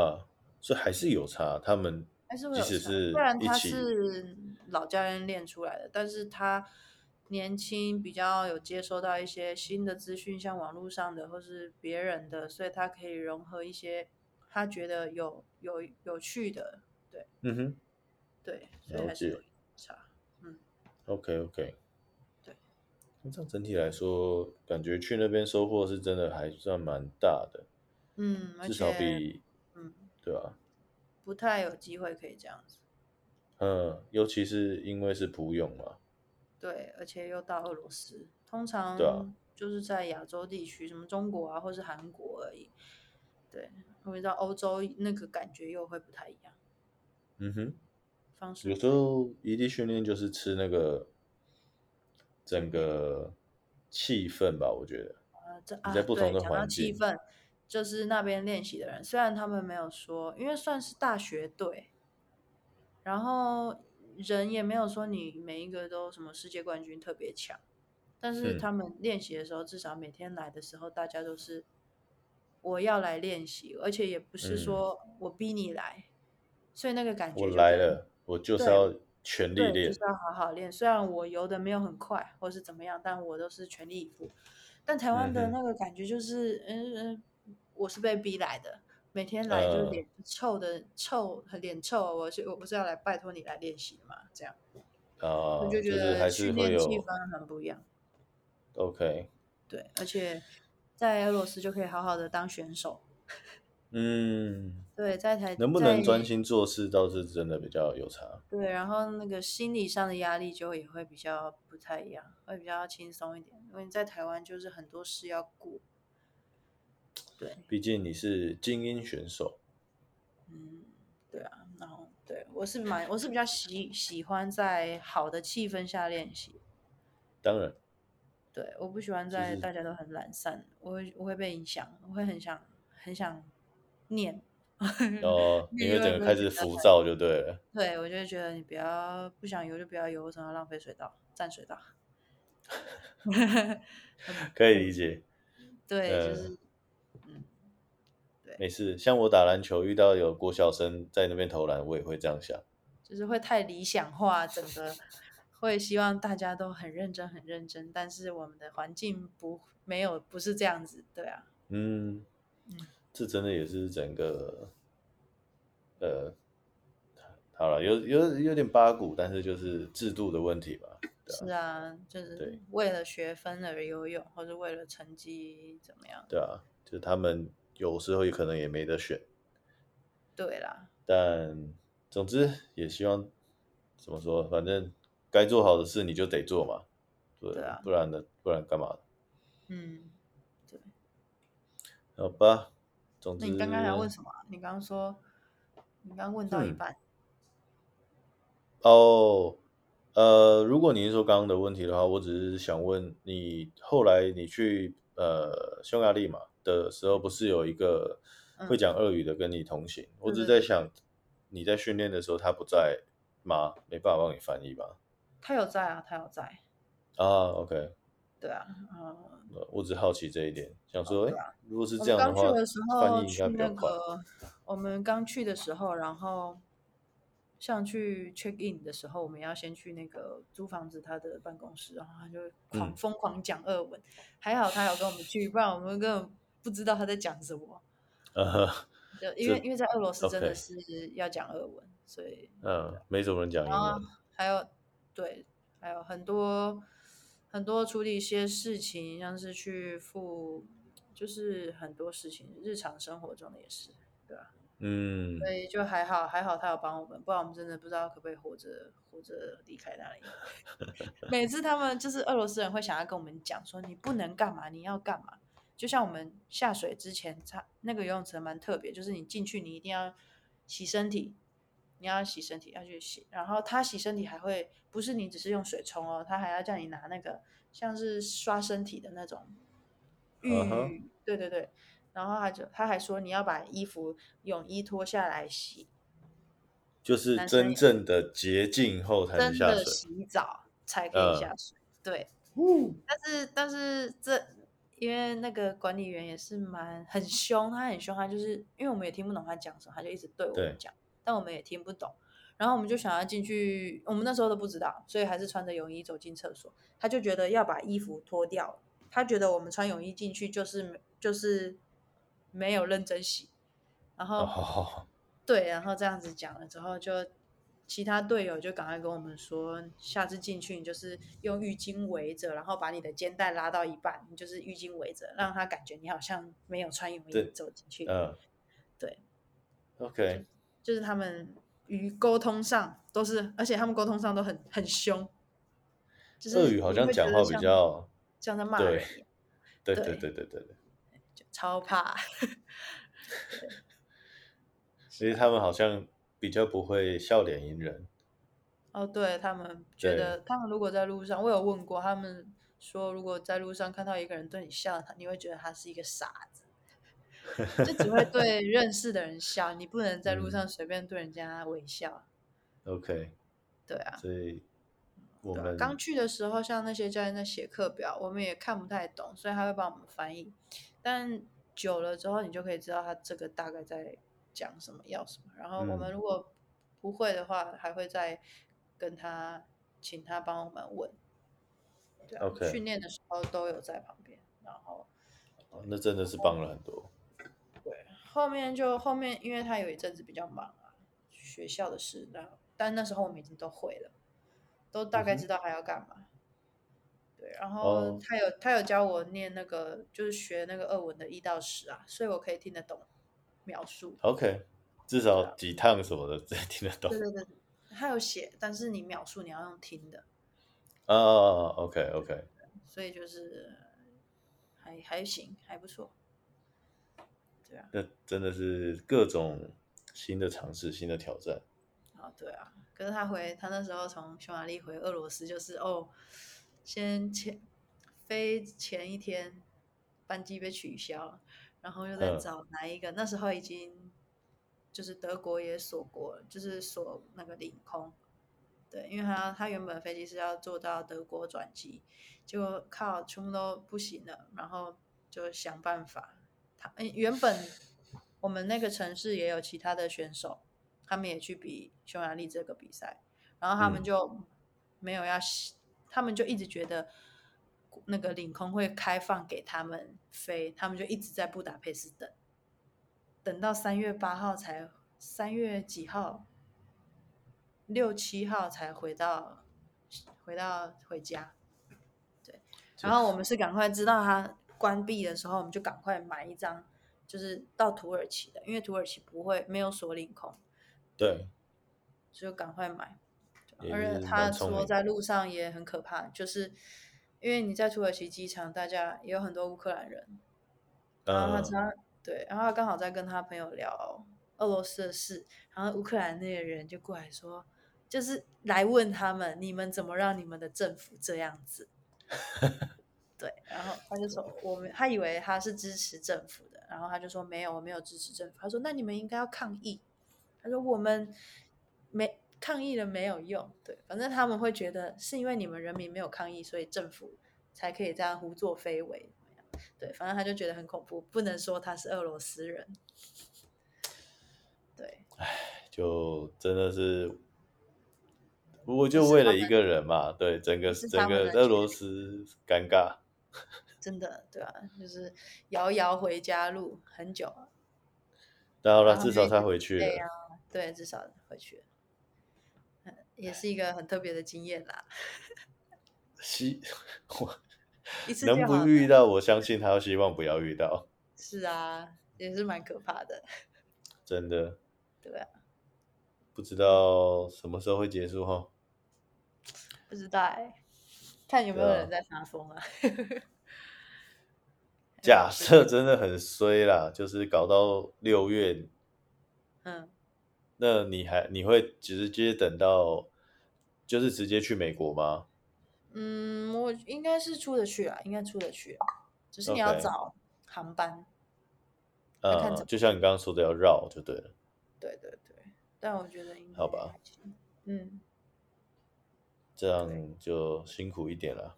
S1: 啊，所以还是有差，他们
S2: 还是会有
S1: 即使
S2: 差。
S1: 是
S2: 虽然
S1: 一
S2: 他
S1: 起
S2: 是老教练练出来的，但是他年轻，比较有接收到一些新的资讯，像网络上的或是别人的，所以他可以融合一些他觉得有有有趣的，
S1: 嗯哼。
S2: 对，所以还是
S1: 了解
S2: 有差。
S1: OK OK，
S2: 对，
S1: 那这样整体来说，感觉去那边收获是真的还算蛮大的，
S2: 嗯，而
S1: 至少
S2: 且
S1: 比
S2: 嗯，
S1: 对啊吧、
S2: 不太有机会可以这样子。
S1: 嗯，尤其是因为是普泳嘛，
S2: 对，而且又到俄罗斯，通常
S1: 对啊
S2: 就是在亚洲地区，什么中国啊，或是韩国而已。对，我知道欧洲那个感觉又会不太一样，
S1: 嗯哼，
S2: 方式
S1: 有时候异地训练就是吃那个整个气氛吧，我觉得，
S2: 啊，这啊，
S1: 在不同
S2: 对，
S1: 的
S2: 讲到
S1: 环
S2: 气
S1: 境
S2: 氛，就是那边练习的人，虽然他们没有说，因为算是大学队，然后人也没有说你每一个都什么世界冠军特别强，但是
S1: 嗯
S2: 他们练习的时候，至少每天来的时候，大家都是我要来练习，而且也不是
S1: 嗯
S2: 说我逼你来，所以那个感觉
S1: 我
S2: 就
S1: 来
S2: 跟
S1: 了，我就是
S2: 对
S1: 要全力
S2: 对，
S1: 练
S2: 就是，要好好练。虽然我游的没有很快，或是怎么样，但我都是全力以赴。但台湾的
S1: 嗯哼
S2: 那个感觉就是，嗯嗯，我是被逼来的，每天来就是
S1: 呃
S2: 脸臭的、臭，脸臭。啊我是我不是要来拜托你来练习的嘛？这样
S1: 啊、
S2: 我就觉
S1: 是还
S2: 得
S1: 是
S2: 训
S1: 会
S2: 练气
S1: 有
S2: 氛很不一样。
S1: OK，
S2: 对，而且在俄罗斯就可以好好的当选手。
S1: 嗯，
S2: 对，在台
S1: 能不
S2: 在
S1: 能专心做事倒是真的比较有差。
S2: 对，然后那个心理上的压力就也会比较不太一样，会比较轻松一点。因为你在台湾就是很多事要顾，对，
S1: 毕竟你是精英选手，
S2: 嗯，对啊，然后对我是蛮我是比较喜喜欢在好的气氛下练习，
S1: 当然
S2: 对，我不喜欢
S1: 就
S2: 在
S1: 是
S2: 大家都很懒散，我会我会被影响，我会很想很想念，
S1: 哦，你
S2: 念
S1: 会
S2: 又
S1: 整个
S2: 不嗯会
S1: 开
S2: 觉
S1: 始
S2: 得
S1: 浮
S2: 很
S1: 躁就对了。
S2: 对我就会觉得你不要不想游就不要游，为什么要浪费水道占水道？ 很
S1: 可以理解，
S2: 对，就
S1: 呃，
S2: 是嗯。对。
S1: 没事。像我打篮球遇到有国小生在那边投篮，我也会这样想。
S2: 就是会太理想化，整个会希望大家都很认真、很认真，但是我们的环境不没有不是这样子，对啊，
S1: 嗯，
S2: 嗯，
S1: 这真的也是整个呃，好了，有有有点八股，但是就是制度的问题吧。对
S2: 是
S1: 啊，
S2: 啊，就是
S1: 对
S2: 为了学分而游泳，或者为了成绩怎么样，
S1: 对啊，就是他们有时候也可能也没得选，
S2: 对啦，
S1: 但总之也希望怎么说，反正该做好的事你就得做嘛，对
S2: 对，啊，
S1: 不然呢，不然干嘛？
S2: 嗯，对。
S1: 好吧，总
S2: 那你刚刚还问
S1: 之，
S2: 什么啊？你刚刚说，你刚问到一
S1: 嗯。
S2: 半，
S1: 哦，呃，如果你是说刚刚的问题的话，我只是想问你，后来你去呃匈牙利嘛的时候，不是有一个会
S2: 嗯，
S1: 讲俄语的跟你同行？我
S2: 对
S1: 只是
S2: 对
S1: 在
S2: 对，
S1: 想，你在训练的时候他不在吗？没办法帮你翻译吧？
S2: 他有在啊，他有在，
S1: 啊，OK，
S2: 对啊，嗯，
S1: 呃我只好奇这一点，想说，
S2: 对
S1: 哎，
S2: 啊。
S1: 如果是
S2: 我
S1: 这
S2: 们
S1: 样的
S2: 刚去
S1: 话，
S2: 的时
S1: 翻
S2: 候
S1: 译应该
S2: 去
S1: 比较
S2: 那
S1: 快。
S2: 个，我们刚去的时候，然后像去 check in 的时候，我们要先去那个租房子他的办公室，然后他就狂
S1: 嗯，
S2: 疯狂讲俄文，还好他有跟我们去，不然我们根本不知道他在讲什么。
S1: 呃，
S2: 就因
S1: 这
S2: 为因为在俄罗斯真的
S1: OK，
S2: 是要讲俄文，所以
S1: 嗯、没什么人讲
S2: 然
S1: 英
S2: 后
S1: 文。
S2: 还有对，还有很多很多处理一些事情，像是去付，就是很多事情，日常生活中的也是，对吧？
S1: 嗯，
S2: 所以就还好，还好他有帮我们，不然我们真的不知道可不可以活着活着离开那里。 每次他们就是俄罗斯人会想要跟我们讲说，你不能干嘛，你要干嘛。就像我们下水之前，它那个游泳池蛮特别，就是你进去你一定要洗身体，你要洗身体要去洗，然后他洗身体还会不是你只是用水冲哦，他还要叫你拿那个像是刷身体的那种
S1: 嗯哼，
S2: 浴，对对对，然后他就他还说你要把衣服泳衣脱下来洗，
S1: 就是
S2: 男生
S1: 真
S2: 也
S1: 正的洁净后才能
S2: 真
S1: 下
S2: 的
S1: 水。
S2: 洗澡才可以
S1: 呃，
S2: 下水，对。
S1: 呜
S2: 但是但是这因为那个管理员也是蛮很凶，他很凶，他就是因为我们也听不懂他讲什么，他就一直对我们
S1: 对，
S2: 讲，但我们也听不懂。然后我们就想要进去，我们那时候都不知道，所以还是穿着泳衣走进厕所。他就觉得要把衣服脱掉，他觉得我们穿泳衣进去就是没就是没有认真洗，
S1: 哦，
S2: 然后
S1: 好好好，
S2: 对，然后这样子讲了之后，就其他队友就赶快跟我们说，下次进去你就是用浴巾围着，然后把你的肩带拉到一半，你就是浴巾围着，让他感觉你好像没有穿泳衣
S1: 对，
S2: 走进去。
S1: 嗯
S2: 对，就
S1: ，OK，
S2: 就是他们于沟通上都是，而且他们沟通上都很很凶，就
S1: 鳄
S2: 是
S1: 鱼好
S2: 你
S1: 像
S2: 会觉
S1: 讲
S2: 得
S1: 话比
S2: 像
S1: 较，
S2: 像在骂
S1: 对，
S2: 人一样，
S1: 对对
S2: 对，
S1: 对对对对，
S2: 就超怕。对，
S1: 所
S2: 啊
S1: 以他们好像比较不会笑脸迎人，
S2: 哦，对，他们觉
S1: 对，
S2: 得，他们如果在路上，我有问过，他们说，如果在路上看到一个人对你笑，他你会觉得他是一个傻子，就只会 对认识的人笑，你不能在路
S1: 嗯
S2: 上随便对人家微笑。
S1: ，OK，
S2: 对啊，
S1: 所以我
S2: 对啊，刚
S1: 们
S2: 去的时候，像那些教练在写课表，我们也看不太懂，所以他会帮我们翻译。但久了之后，你就可以知道他这个大概在讲什么，要什么。然后我们
S1: 嗯
S2: 如果不会的话，还会再跟他请他帮我们问。对啊
S1: OK
S2: 训练的时候都有在旁边，然后
S1: 哦那真的是帮了很多。
S2: 后面就后面，因为他有一阵子比较忙啊，学校的事，那但那时候我们已经都会了，都大概
S1: 嗯哼
S2: 知道他要干嘛。对，然后
S1: 哦
S2: 他有他有教我念那个，就是学那个俄文的一到十啊，所以我可以听得懂描述。
S1: OK，至
S2: 啊
S1: 少几趟什么的 这听得懂
S2: 对。对对，他有写，但是你描述你要用听的，
S1: 啊，OK OK，
S2: 所以就是还还行，还不错。对啊，
S1: 那真的是各种新的尝试、新的挑战。
S2: 啊，对啊，可是他回他那时候从匈牙利回俄罗斯，就是哦，先前飞前一天班机被取消，然后又在
S1: 嗯
S2: 找哪一个，那时候已经就是德国也锁国了，就是锁那个领空。对，因为他他原本飞机是要坐到德国转机，结果靠全部都不行了，然后就想办法。他嗯，原本我们那个城市也有其他的选手，他们也去比匈牙利这个比赛，然后他们
S1: 嗯
S2: 就没有要吸，他们就一直觉得那个领空会开放给他们飞，他们就一直在布达佩斯等，等到三月八号才三月几号，六七号才回到回到回家。
S1: 这
S2: 然后我们是赶快知道它关闭的时候，我们就赶快买一张，就是到土耳其的，因为土耳其不会没有锁领空，
S1: 对，
S2: 就赶快买。
S1: 也
S2: 而
S1: 是
S2: 且他
S1: 蛮聪
S2: 说
S1: 明。
S2: 在路上也很可怕，就是因为你在土耳其机场，大家也有很多乌克兰人，啊然后他
S1: 嗯
S2: 知，道对，然后他刚好在跟他朋友聊俄罗斯的事，然后乌克兰那个人就过来说，就是来问他们，你们怎么让你们的政府这样子？对，然后他就说我们，他以为他是支持政府的，然后他就说没有，我没有支持政府。他说那你们应该要抗议。他说我们没抗议了没有用，对，反正他们会觉得是因为你们人民没有抗议，所以政府才可以这样胡作非为，怎么样？对，反正他就觉得很恐怖，不能说他是俄罗斯人。对，
S1: 就真的是，我就为了一个人嘛，对，整个
S2: 是他
S1: 整
S2: 们
S1: 个
S2: 的
S1: 俄罗斯尴尬。
S2: 真的，对啊，就是遥遥回家路很久啊，
S1: 但好了，
S2: 然后
S1: 至
S2: 就
S1: 少
S2: 一
S1: 他
S2: 直
S1: 回去了
S2: 对。啊，对，至少回去了，嗯也是一个很特别的经验啦。
S1: 希，我
S2: 一次
S1: 能
S2: 就
S1: 不
S2: 好
S1: 遇到，我相信他希望不要遇到，
S2: 是啊，也是蛮可怕的，
S1: 真的
S2: 对啊，
S1: 不知道什么时候会结束哈。
S2: 哎不知道哎、看有没有
S1: 对啊
S2: 人在发疯啊？
S1: 假设真的很衰啦，就是搞到六月，
S2: 嗯，
S1: 那你还你会直接等到，就是直接去美国吗？
S2: 嗯，我应该是出得去啊，应该出得去啊，只是你要
S1: OK
S2: 找航班。要看怎
S1: 嗯，就像你刚刚说的，要绕就对了。
S2: 对对对，但我觉得应该
S1: 好吧
S2: 还行。嗯，
S1: 这样就辛苦一点了。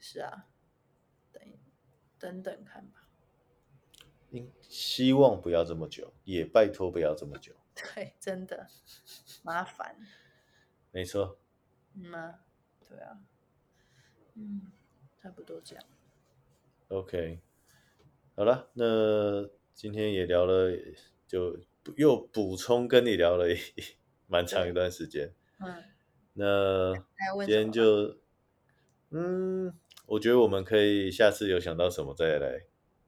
S2: 是啊，等一等等看吧。
S1: 应希望不要这么久，也拜托不要这么久。
S2: 对，真的麻烦，
S1: 没错，
S2: 嗯啊，对啊，嗯，差不多这样。
S1: OK，好了，那今天也聊了，就又补充跟你聊了一蛮长一段时间。
S2: 嗯，
S1: 那
S2: 还要问
S1: 今
S2: 什
S1: 天
S2: 么啊？
S1: 就，嗯，我觉得我们可以下次有想到什么再来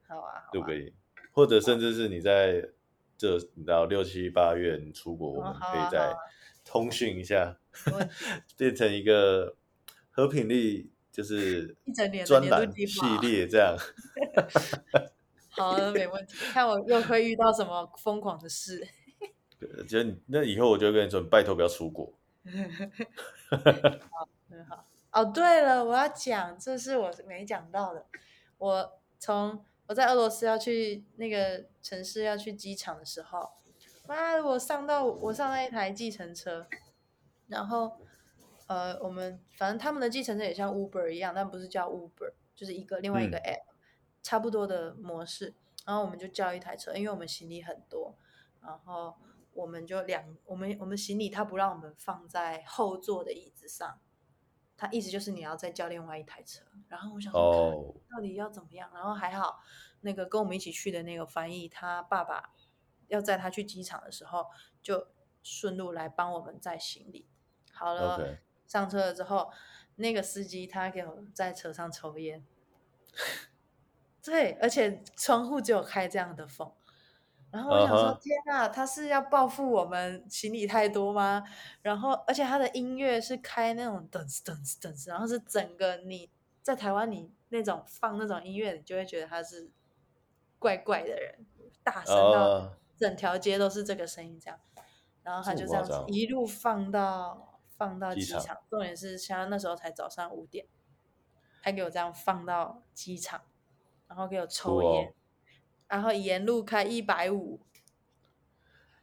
S2: 好啊，好
S1: 录
S2: 啊
S1: 个音，或者甚至是你在这到六七八月你出国，我
S2: 哦
S1: 们
S2: 好
S1: 可
S2: 啊
S1: 以
S2: 好
S1: 再
S2: 啊
S1: 通讯一下，
S2: 没问题
S1: 变成一个和平力就是
S2: 一整年的
S1: 专
S2: 年度
S1: 栏
S2: 计
S1: 系
S2: 划
S1: 列这样。
S2: 好啊，没问题。看我又会遇到什么疯狂的事。
S1: 对就你那以后我就会跟你说，你拜托不要出国。
S2: 很好。哦，对了，我要讲，这是我没讲到的。我从我在俄罗斯要去那个城市要去机场的时候，妈的，我上到我上到一台计程车，然后呃，我们反正他们的计程车也像 Uber 一样，但不是叫 Uber，就是一个另外一个
S1: 嗯
S2: app，、差不多的模式。然后我们就叫一台车，因为我们行李很多，然后我们就两我们我们行李他不让我们放在后座的椅子上，他意思就是你要再叫另外一台车。然后我想说看
S1: 哦，
S2: 到底要怎么样？然后还好，那个跟我们一起去的那个翻译，他爸爸要载他去机场的时候，就顺路来帮我们载行李。好了
S1: OK
S2: 上车了之后，那个司机他给我在车上抽烟， 对，而且窗户只有开这样的风。然后我想说
S1: 嗯哼
S2: 天啊，他是要报复我们行李太多吗？然后，而且他的音乐是开那种噔哧噔哧噔哧，然后是整个你在台湾你那种放那种音乐，你就会觉得他是怪怪的人，大声到
S1: 啊，
S2: 整条街都是这个声音这样。然后他
S1: 这
S2: 就
S1: 么
S2: 这样
S1: 夸
S2: 子
S1: 张
S2: 一路放到放到
S1: 机
S2: 机
S1: 场
S2: 场，重点是像那时候才早上五点，他给我这样放到机场，然后给我抽
S1: 酷哦
S2: 烟，然后沿路开一百五，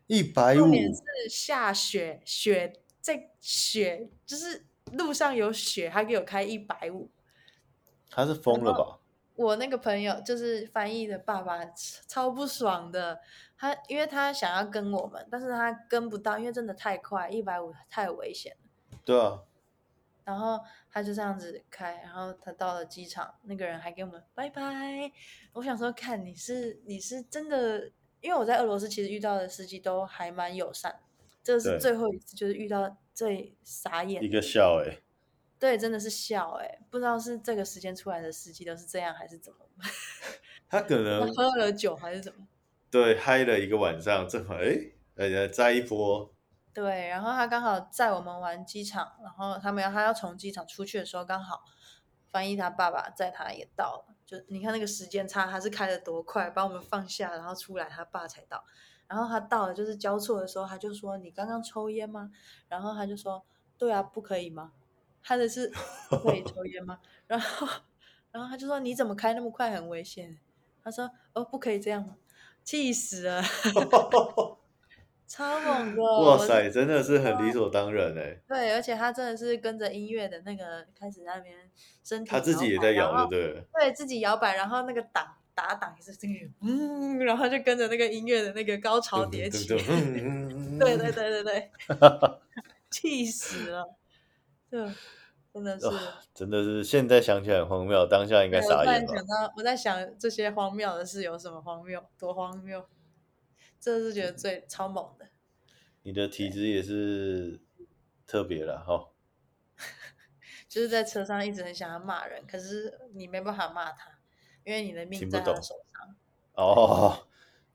S1: 一百
S2: 重点
S1: 五，
S2: 是下雪，雪在雪，就是路上有雪，他给我开一百五。
S1: 他是疯了吧？
S2: 我那个朋友就是翻译的爸爸，超不爽的。他因为他想要跟我们，但是他跟不到，因为真的太快，一百五太危险了。
S1: 对啊，
S2: 然后他就这样子开，然后他到了机场，那个人还给我们拜拜。我想说，看你是你是真的，因为我在俄罗斯其实遇到的司机都还蛮友善，这
S1: 对
S2: 是最后一次就是遇到最傻眼
S1: 一
S2: 的
S1: 个笑哎、
S2: 对，真的是笑哎、不知道是这个时间出来的司机都是这样还是怎么，
S1: 他可
S2: 他
S1: 能
S2: 喝了酒还是怎么。
S1: 对嗨了一个晚上，正好哎，大家摘一波，
S2: 对，然后他刚好载我们玩机场，然后他们要他要从机场出去的时候，刚好翻译他爸爸载他也到了。就你看那个时间差，他是开的多快，把我们放下，然后出来他爸才到。然后他到了就是交错的时候，他就说：“你刚刚抽烟吗？”然后他就说：“对啊，不可以吗？”他 的是不可以抽烟吗？然后然后他就说：“你怎么开那么快，很危险。”他说：“哦，不可以这样吗？”气死了， 超猛的！
S1: 哇
S2: 哦我是
S1: 塞，真的是很理所当然哎、
S2: 对，而且他真的是跟着音乐的那个开始在那边身体
S1: 他自
S2: 摇
S1: 己也
S2: 摆
S1: 在
S2: 然
S1: 咬，就
S2: 后
S1: 对了。
S2: 对自己摇摆，然后那个档打档也是这个，嗯，然后就跟着那个音乐的那个高潮
S1: 噔
S2: 迭
S1: 噔
S2: 起，
S1: 噔噔，
S2: 对对，对对 对，气死了，对，真的是。
S1: 真的是现在想起来很荒谬，当下应该
S2: 对我
S1: 傻
S2: 突
S1: 眼
S2: 然
S1: 吧？
S2: 想到，我在想这些荒谬的事有什么荒谬，多荒谬，这是
S1: 嗯
S2: 觉得最超猛的。
S1: 你的体质也是特别了哈。
S2: 就是在车上一直很想要骂人，可是你没办法骂他，因为你的命
S1: 听
S2: 在
S1: 不
S2: 他的
S1: 懂
S2: 手上。
S1: 哦，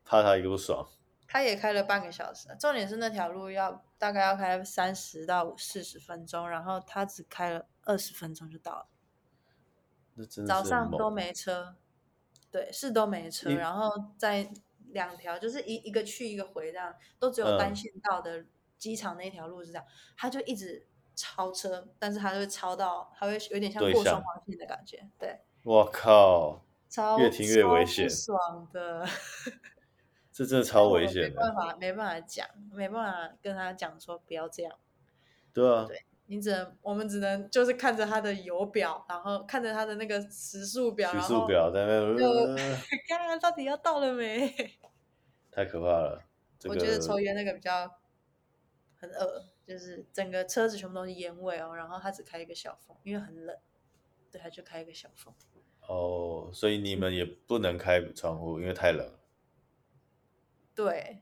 S1: 怕他一个不爽，
S2: 他也开了半个小时，重点是那条路要大概要开三十到四十分钟，然后他只开了二十分钟就到了，
S1: 那真的
S2: 早
S1: 是很
S2: 上都
S1: 猛。
S2: 没车，对，是都没车，
S1: 一
S2: 然后在两条就是一一个去一个回这样，都只有单
S1: 嗯
S2: 线道的机场那条路是这样，他就一直超车，但是他就会超到，他会有点像
S1: 对
S2: 过
S1: 向
S2: 双黄线的感觉，对。
S1: 我靠，
S2: 超
S1: 越听越
S2: 超
S1: 危
S2: 不
S1: 险
S2: 爽的，
S1: 这真的
S2: 但
S1: 超
S2: 我
S1: 危
S2: 们没
S1: 险的。
S2: 办法，没办法讲，没办法跟他讲说不要这样，
S1: 对啊，
S2: 你只能我们只能就是看着他的油表，然后看着他的那个时速表，
S1: 徐
S2: 然
S1: 速
S2: 后
S1: 表在那边、
S2: 就
S1: 呃
S2: 看看到底要到了没。
S1: 太可怕 了。 这
S2: 我觉得抽
S1: 个
S2: 烟那个比较很恶，就是整个车子全部都是烟味哦，然后他只开一个小缝，因为很冷，对，他就开一个小缝。
S1: 哦，所以你们也
S2: 嗯
S1: 不能开窗户，因为太冷。
S2: 对，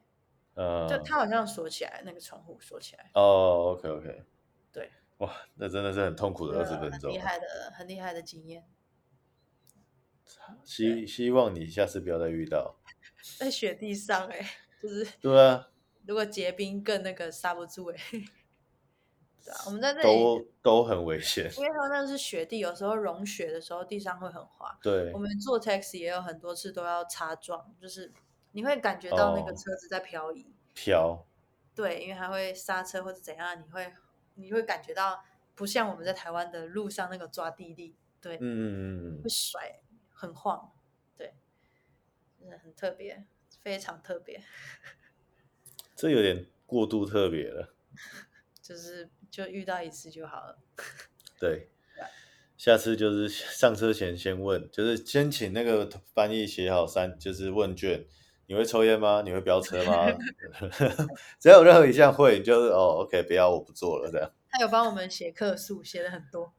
S1: 嗯，
S2: 就他好像锁起来，那个窗户锁起来，
S1: 哦，OK OK，
S2: 对，
S1: 哇，那真的是很痛苦的二十
S2: 呃
S1: 分
S2: 很
S1: 钟
S2: 厉。害的，很厉害的经验。
S1: 希希望你下次不要再遇到。
S2: 在雪地上、欸，哎，就是
S1: 对啊，
S2: 如果结冰更那个刹不住、欸， 哎，对啊，我们在这里，
S1: 都都很危险。
S2: 因为它那是雪地，有时候融雪的时候地上会很滑。
S1: 对
S2: 我，们坐 taxi 也有很多次都要擦撞，就是你会感觉到那个
S1: 哦
S2: 车子在漂移，
S1: 飘，
S2: 对，因为它会刹车或者怎样，你会你会感觉到不像我们在台湾的路上那个抓地力，对，
S1: 嗯嗯嗯
S2: 会甩，很晃，对，真的很特别，非常特别。
S1: 嗯，这有点过度特别了。
S2: 就是就遇到一次就好了。
S1: 对，
S2: 啊
S1: 下次就是上车前先问，就是先请那个翻译写好三，就是问卷，你会抽烟吗？你会飙车吗？ 只要有任何一项会，你就是哦，OK，不要，我不做了这样。
S2: 他有帮我们写客诉，写了很多，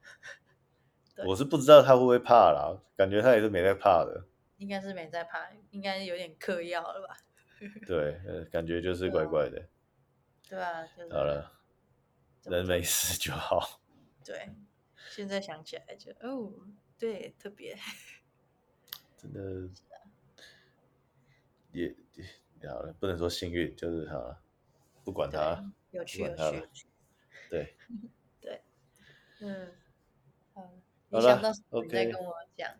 S2: 对
S1: 我是不知道他会不会怕啦，感觉他也是没在怕的。
S2: 应该是没在怕，应该有点嗑药了吧？
S1: 对，呃，感觉就是怪怪的。
S2: 啊对啊，就是
S1: 好了，
S2: 怎么
S1: 人
S2: 讲
S1: 没事就好。
S2: 对，现在想起来就哦，对，特别
S1: 真的也也好了，不能说幸运，就是好了，不管
S2: 对
S1: 他。
S2: 有趣有
S1: 管
S2: 趣
S1: 他
S2: 有
S1: 了
S2: 趣，
S1: 对，
S2: 嗯，好，
S1: 好
S2: 你
S1: 了
S2: 想到什么你再
S1: ，OK
S2: 跟我讲，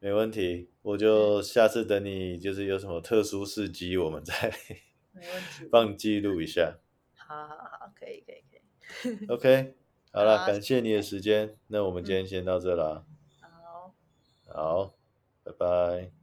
S1: 没问题，我就下次等你，就是有什么特殊事迹，我们再
S2: 没问题，
S1: 帮你记录一下。
S2: 好好好，可以可以可以，
S1: OK，好了，
S2: 好
S1: 感谢你的时间，那我们今
S2: 嗯
S1: 天先到这啦，
S2: 好。
S1: 好，拜拜。